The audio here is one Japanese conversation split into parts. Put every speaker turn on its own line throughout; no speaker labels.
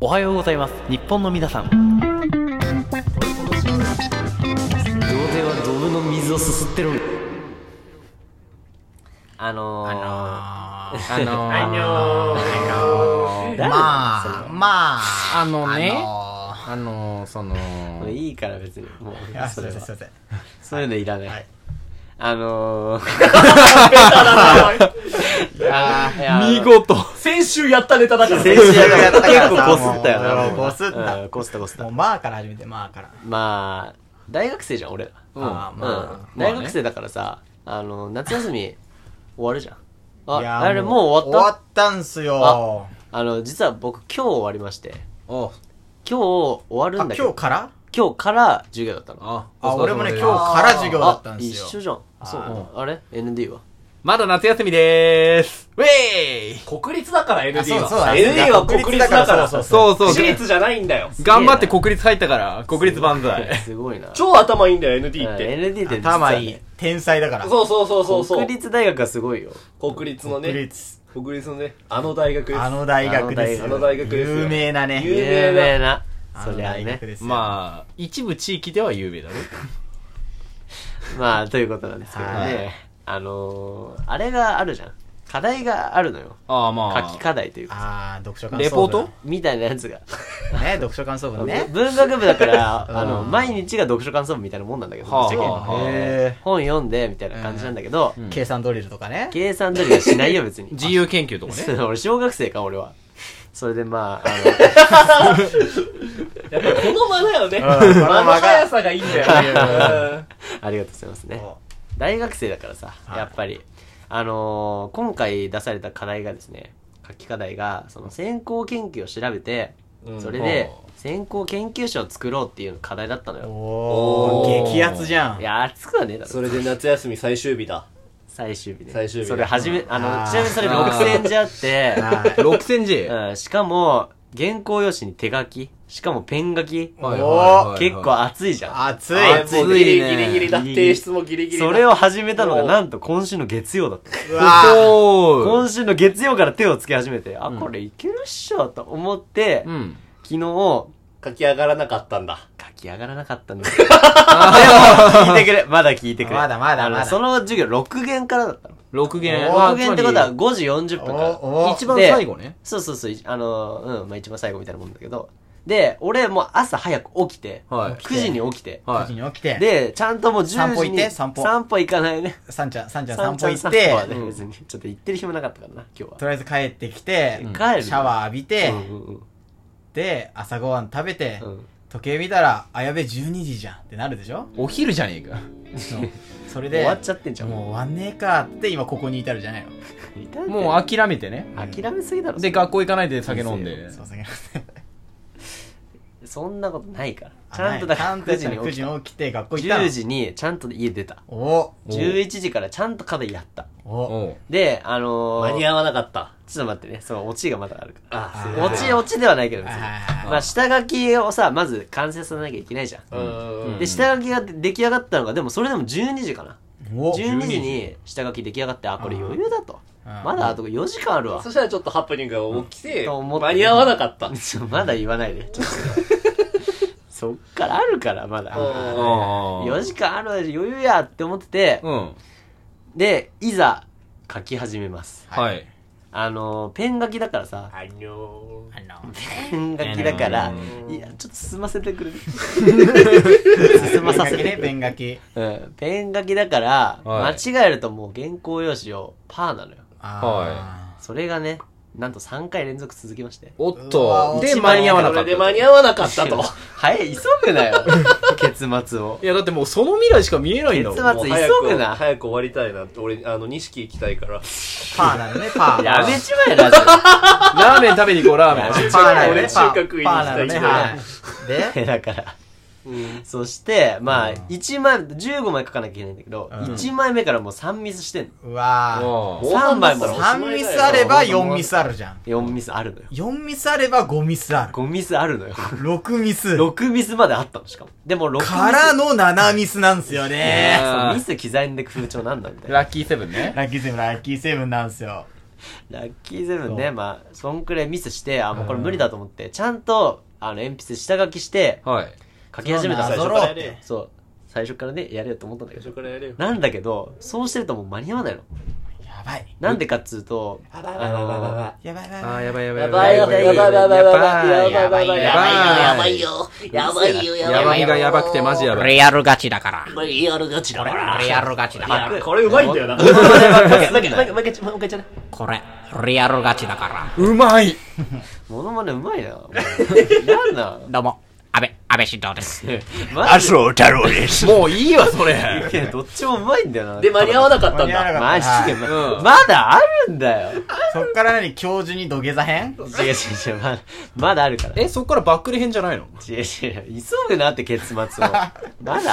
おはようございます日本の皆さん同勢はドブの水をすすってるあのー
あのー、
誰
まあ、まあ、
あのね
あ
あのー、その
それいいから別にもう
のーあす
そ
いま
れ
せん、すい
は
ません。
そういうのいらない、
はい
あのー、
あ
いや
見事
先週やったネタだから
先
ね。
週やったから結構こすったよ
もう
な
もうこすった
うんこすったこすっ
ーも
た
う、まあから始めて、まあから。
まあ大学生じゃん俺らうん、
あーま
うん大学生だからさあの夏休み終わるじゃんあ
いやー
あれもう終わった
終わったんすよ。
あの実は僕今日終わりまして
お
今日終わる
あ、
んだけ
今
ど
日から
今日から授業だったの
あ
あ、俺もね、今
日
日から授業だったんす
一
よ。
緒じゃんそう
あ
あれ ND は
まだ夏休みでーすウェーイ
国立だから ND
あそうそう
は。
だ
ND は国立だから。
そう
そうそう
私立じゃないんだよ。
頑張って国立入ったから国立万歳
すごいな
超頭いいんだよ、ND
うん
って。
ND って実はね
頭いい。天才だから。
そうそうそうそうそう
国。立大学がすごいよ
国立の
国
ね。
立。
国立のね。あの大学です。
あの大学ですよ。
あの大学ですよ
有名なね。
有名
有名な
あ
そ
の
りゃあ
大
ね
学ですよ。あ。
まあ一部地域では有名だろ
まあということなんですけど
はい
ねあのーあれがあるじゃん課題があるのよ
ああまあ
書き課題というか
あー、読書感想文。
レポート
みたいなやつが
ね、読書感想文ね。
文学部だから、
うん
あの毎日が読書感想文みたいなもんなんだけど、
はあ
ぶっちゃけ
はあはあ
へ
本読んでみたいな感じなんだけど、
ー計算ドリルとかね。
計算通りはしないよ 別に
自由研究とかね
俺小学生か俺はそれでまあ
やっぱ この間だよね。
んこの間
間の速さがいいんだよね。
あのありがとうございますね
そ
大学生だからさ
い
やっぱり、あのー今回出された課題がですね書き課題がその先行研究を調べて、
うん
それで先行研究者を作ろうっていうの課題だったの
う
よ
お
お
ー、
ー
激アツじゃん。
いや熱くはねえだろ
それで夏休み最終日だ。
最終日ね
最終日
それ初めあ
あ
の
ー
ちなみにそれ6000字あって
はい
6000G
うん、しかも原稿用紙に手書きしかもペン書き
おー
はいはいはい
結構熱いじゃん、
熱い。
熱い
もうギリギ
ね
リギリだ。
ギリギリ
提出もギリギリだ。
それを始めたのがなんと今週の月曜だった
うわ
おー
今週の月曜から手をつけ始めて、あこれいけるっしょと思って、
うん
昨日書
書き上がらなかったんだ。
き上がらなかったんですよでも聞いてくれまだ聞いてくれ
まだまだ
あの
まだ
その授業6限からだったの
6弦
6限ってことは5時40分
ー
から
おー
一番最後ね
そうそうそう、いあのー、うん、まあ一番最後みたいなもんだけど。で、俺もう朝早く起きて、
はい
9時に起きて、
は
9時
い
に起きて、
で、ちゃんともう10時に
散歩行って散歩
行かないね。
さんちゃん、さんちゃん
散歩
散歩
行
行
っ、
ってて、
うん別にちょっと行ってる暇なかったからな、今日は。
とりあえず帰ってきて、
うん
シ
帰る
ャワー浴びて、
うんうん
で、朝ごはん食べて、
うんうん
時計見たら、あ、やべ、12時じゃんってなるでしょ
お昼じゃねえか
そうそれで、
終わっちゃってんじゃん。
もう
も
終わんねえかって、今ここに至るじゃないの。
う、
もう諦めて ね
諦めすぎだろ。
で学校行かないで酒飲んで
そうそう。
そんなことないから。ちゃんとだから
あない
9時に
9
起き
時
た。
に起きて、学校行ったの。
10時にちゃんと家出た。
お
お
11時からちゃんと課題やった。
お
おう
で、あの
間
ー、
に合わなかった。
ちょっと待ってね、そのオチがまだあるから。
あ
あー
オチオチではないけど別に。
あ
まあ下書きをさ、まず完成させなきゃいけないじゃん。
うーん。
で、下書きが出来上がったのが、でもそれでも12時かな。
ーお
12時に下書き出来上がって、あ、これ余裕だと。
うん
まだあと4時間あるわ
そ。したらちょっとハプニングが起きて、
と思って
間に合わなかった。
ちょ まだ言わない で。ちょっとそっからあるから、まだ。
うん
あ
4時間あるわ余裕やって思ってて、
うん
で、いざ書き始めます。
はい
あのー、ペン書きだからさ、
あの
あの
ペン書きだから
う、
いや、ちょっと進ませてくれる。進まさせて くれる。
ペン書きね、ペン書き。
うん、ペン書きだから、
はい
間違えるともう原稿用紙をパーなのよ。
あ
それがね、なんと3回連続続きまして。
おっ
うわ
とで
一番
間に合わな
そ
か
れ
っ
で
た
間に合わなかったと。
早い、急ぐなよ。結末を。
いやだってもうその未来しか見えないんだもん
結末
もう早く
急ぐな
早く終わりたいなって。俺、あの、錦行きたいから。
ーパーなのね、パー。
やめちまえ、ラジ
ラーメン食べに行こうラーメン
パーなの
俺
ね、
中
パー。
学院
パーなの
時代
ね、
から
はい。で、
オ。だから。
うん。
そして、まあ、1枚、15枚書かなきゃいけないんだけど、1枚目からもう3ミスしてんの。
うわー。
おう
3枚も
もう
3
3ミスあれば4ミスあるじゃん。
4ミスあるのよ。
4ミスあれば5ミスある。
5ミスあるのよ。
6ミ ス。
6ミスまであったの、しかも。でも6ミス。
からの7ミスなんすよね。
そうミス刻んでいく風潮なんだみたいな。
ラッキーセブンね
ラッキーセブン、ラッキーセブンなんすよ。
ラッキーセブンね、
そう
まあ、そんくらいミスして、あ、もうこれ無理だと思って、ちゃんと、あの、鉛筆下書きして、
はい。
書き始めたん
最
で
そ
すよ
うな
初からやれよ
そう。最初からね、やれよと思ったんだけ
最
ど
初。からやれよ
なんだけど、そうしてるともう間に合わないの。
やばい。
なんでかっつうと、
あ
ばいやばいやばいやばい
の
やばいやばい。
あー、やばいやばい
やばいよやばいよやばいよやばいよやばいよやばいよやばいよやばいよ
やばみがやばくてマジやばい。
やるがちだから。
やるガチだから
俺やるがちだから。
これうまいんだよなもう一回もう一回ちゃな
これ、俺やるがちだから。
うまい
モノマネうまいな。もうなんな
どうも、安倍、安倍晋三です。
んマジ
生太郎です。
もういいわ、それ。
で、どっちもうまいんだよな。
で間に合わなかっ
間
たん
に合わな
だ
かっ
マジで、
うん
まだあるんだよ。
そっから何教授に土下座編
違う違う違う、まだ、まだあるから。
え、そっからバックレ編じゃないの
違う違う、急ぐなって結末を。まだ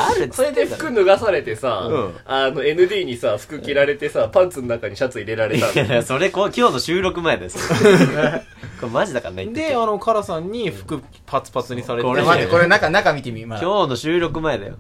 あるっ
そ
つっ
れ
て
で
んだろ
服脱がされてさ
うん
あの ND にさ服着られてさパンツの中にシャツ入れられた
いやいや、それこう今日の収録前です。これマジだからね。言って
で、あの、カラさんに服パツパツにされて。
これ
待って、これ中、中見てみ、まだ。
今日の収録前だよ。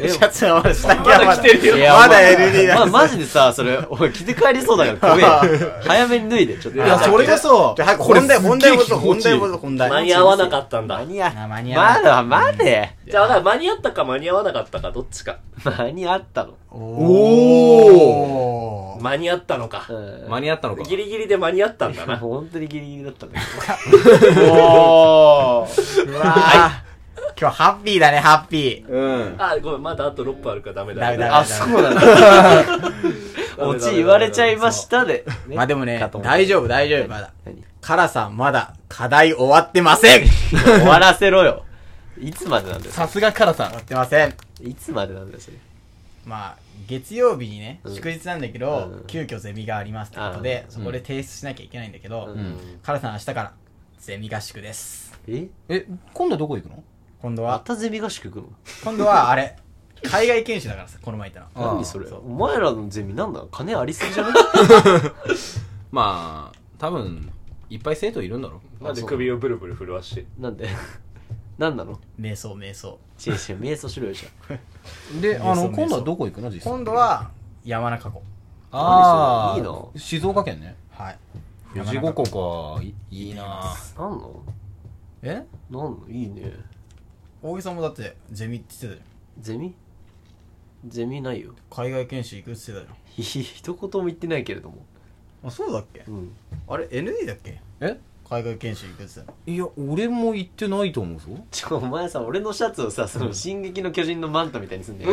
え
シャツはまだ下着
まだ着てるよ
いや
まだ
お前
LD だ
まマジでさ、それ、おい、着て帰りそうだから、怖えよ。早めに脱いで、ちょっと。
いや、それがさ
じゃあ、早く
これ
本題、本題こ
すっ
そ、
げえ
本
気持ちいい
題こそ、本題。
間に合わなかったんだ
間に合
あ
う。
間
ま
に合わな
だ、まだ、
じゃあ間に合ったか間に合わなかったかどっちか
間に合ったの。
おー。
間に合ったのか
うん。
間に合ったのか。
ギリギリで間に合ったん だな
本当にギリギリだったんだけ
おー。
うわー。今日ハッピーだね、ハッピ
うん。
あごめんまだあと6分あるからダメだ
ダメだ
ど。あ、そうなんだ。
ダメ
オチ言われちゃいましたで。
ー。まあでもね
かと、思った
大丈夫、大丈夫、まだ。
何
カラさん、まだ、課題終わってません終
終わらせろよ。いつまでなんですか
さすがカラさ
わってません。
いつまでなんですか
まあ、月曜日にね、
うん
祝日なんだけど、
うん
急遽ゼミがありますってことで、
あー
そこで提出しなきゃいけないんだけど、
うん
カラさん明日から、ゼミ合宿です。
え
え、今度どこ行くの
今度
ま
は、
たゼミ合宿行く
今度は、あれ、海外研修だからさ、この前言ったの。
の何それお前らのゼミなんなの金ありすぎじ ゃない
まあ、多分、いっぱい生徒いるんだろ。
なんで首をブルブル震わして
なんでなんなの
瞑想、瞑想。
違う違う、瞑想しろよじゃん。
で、あ
そう
の、
そう
今度はどこ行くの実際。
今度、は、山中湖。
ああ、
いいの
静岡県ね。
はい。
富士五湖か。いいいな
なんの
え
なんのいいね。
大木さんもだって、ゼミって言ってたじ
ゼミゼミないよ。
ゃん。海外研修行くって言ってたじ
ひひ一言も言ってないけれども。
ゃん。あ、そうだっけ
うん。
あれ、ND だっけ
え
海外研修行くって言ってたの。
いや、俺も行ってないと思うぞ。
ちょ、お前さ、俺のシャツをさ、その、進撃の巨人のマントみたいにすんだよ。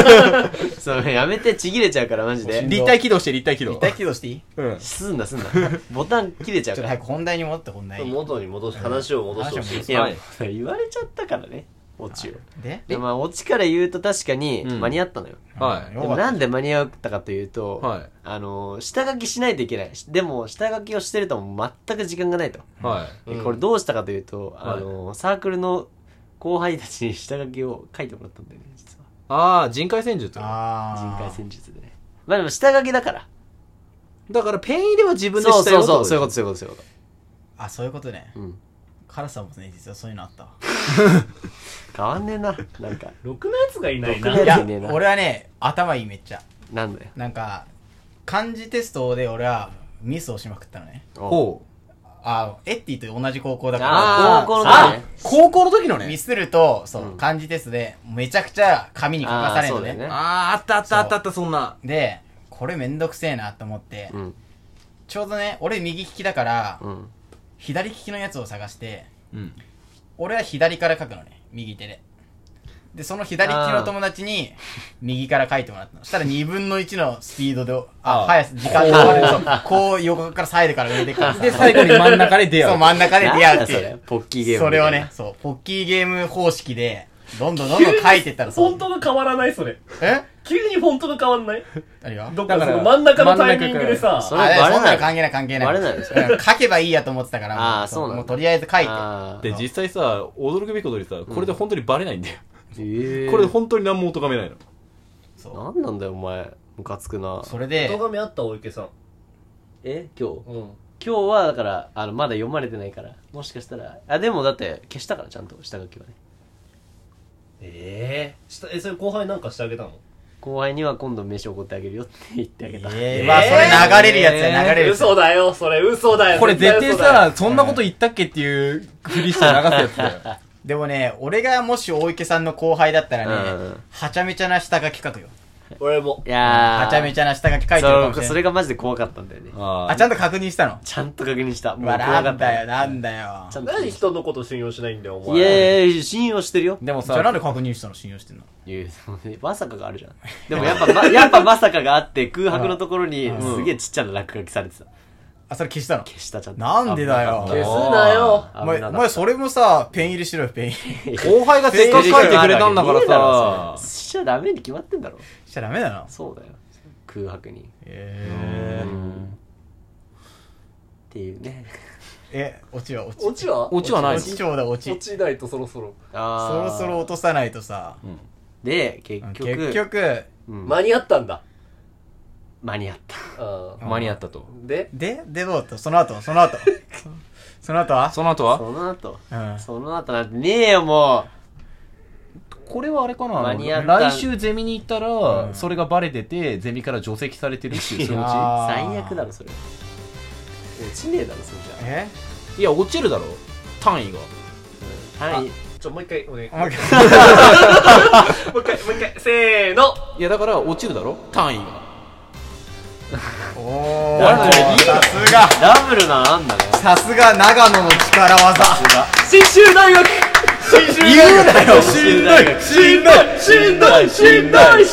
それやめて、ちぎれちゃうから、マジで。
立体起動して、立体起動。
一体起動していい
うん。
すんな、すんな。ボタン切れち
ちょ
ゃ
っ
うか
と
ら。
早く本題に戻って、本題に。
元に戻し話を戻してほしい
いや、
はい
言われちゃったからね、オチを。
で
でまあ、オチから言うと確かに
うん
間に合ったのよ。
は
で
よか
も
った
なんで間に合ったかというと、
はい
あのー、下書きしないといけない。しでも、下書きをしてるともう全く時間がないと。
い。は
で
うん
これどうしたかというと、
はい
あのー、サークルの後輩たちに下書きを書いてもらったんだよね、実は。
い。ああ、人海戦術。だ
あ
人海
ー。
戦術でね。まあでも下書きだから。
から、ペン入れは自分で
そう
し
そ
たよ
う
って
そう、
こと
そういうこと、そういうこと、そういうこ
あ、そういうことね。
と。うん。
カラさんもね、実はそういうのあったわ。
変わんねえな、なんか。
ろくなやつがいない
ろく
ない
い
や
や
ねえな、
俺はね、頭いいめっちゃ。
なん だよ。
なんか、漢字テストで俺はミスをしまくったのね。
ほう。
あ、エッティと同じ高校だから。
あー、
あー
高校の時
あ
ね。
高校の時の
ミ
ね。
スると、そうう、
ん
漢字テストで、めちゃくちゃ紙に書かされる
あーそ
の
うだ
ね。
よね
ああ、あったあったあったあった、そんな。
で、これめんどくせえなと思って
う、ん。
ちょうどね、俺右利きだから、
うん。
左利きのやつを探して、
うん。
俺は左から書くのね、右手で。で、その左利きの友達に、右から書いてもらったの。そしたら2分の1のスピードで、
あ
あ
ー、
速さ、時間が変わるそうこう横からサイドから上 でからさ
で、最後に真ん中で出
そ
会
う、
う。
真ん中で出会う
なんだ
って
そ
い
れ
う。
ポッキーゲーム。
それをね、。そう、ポッキーゲーム方式で、どんどんどんどん書いてったら、そ
本
う。
当が変わらないそれ
え
急にフォントが変わんない
何が
どっかそ
だか
の
ら
真ん中のタイミングでさ
真ん中からそ
そ
れ
あいや
バレない
そんなの関係ない関係ない。
バレないですよ
うん書けばいいやと思ってたから、
あー
も
そうなんだ
もうとりあえず書いて。
あー
で、実際さ、驚くべきことにさ、これで本当にバレないんだよ。
ええ
これで本当に何も咎めないの。
そ
なんなんだよお前ムカつくな
う。それで、
動画目あった大池さん
え今日
うん
今日はだからあのまだ読まれてないからもしかしたらあでもだって消したからちゃんと下書きはね
えええそれ後輩なんかしてあげたの
後輩には今度飯おごってあげるよって言ってあげた。
えー、まあ、それ流れるやつや、流れるやつ。
嘘だよ、それ嘘 だよ。
これ絶対
嘘だよ、
さ、そんなこと言ったっけっていうふりして流すやつだよ。
でもね、俺がもし大池さんの後輩だったらね、
うん
はちゃめちゃな下書き書くよ。
俺も
い。やー。
はちゃめちゃな下書き書いてるかもし
そう、
れない。
それがマジで怖かったんだよね。
あ
あ、ちゃんと確認したの。
ちゃんと確認した。
う
もう
わ、
怖か
な
った。
んだよ、なんだよ
ち。ゃんと確
何
認し
人のこと信用しないんだよ、お
た。
前。
いやいやいや、信用してるよ。
でも
じゃあ
さ、
なんで確認したの信用してんの
いやいやそのねまさかがあるじゃん。でもやっぱ、ま、やっぱまさかがあって空白のところにすげえちっちゃな落書きされてた。
あ、それ消したの
消したちゃんと。
なんでだよ。
消すなよ。
危
お
な
前、
か
お
った
前それもさ、ペン入れしろよ、ペン入れ。
後輩がせっかく書いてくれたんだから
いいろ
さ
それ。しちゃダメに決まってんだろ。
しちゃダメだな。
そうだよ。空白に。っ
えー、
ていうね。
え、落ちは落ち。
オチは
オチはない
落ちちょうだ、落
落
ち。
ちないとそろそろ。
そろそろ落とさないとさ、
で、結局、
結局、
うん
間に合ったんだ。
間に合った。
あ
間に合ったと。
ーで、
で、で、どうだったその後、その後。その後は
その後は
その後、
うん
その後なんてねえよ、も
これはあれかな
間に合った
来週ゼミに行ったら、それがバレてて、ゼミから除籍されてるっていう、そのう
う。
あー
最悪だろ、それ。落ちねえだろ、それじゃ
え
ち。いや、落ちるだろ。単位が。
単位、
ちょ、もう一回お願い。
お
もう
前
一回、もう一回、せーの。
いや、だから落ちるだろ。単位が。
お
あれい
ー
い
さすが
ダブルなのあんだね。
さすが長野の力技
新州大学
言うな よ
信頼
信頼
信頼信頼信頼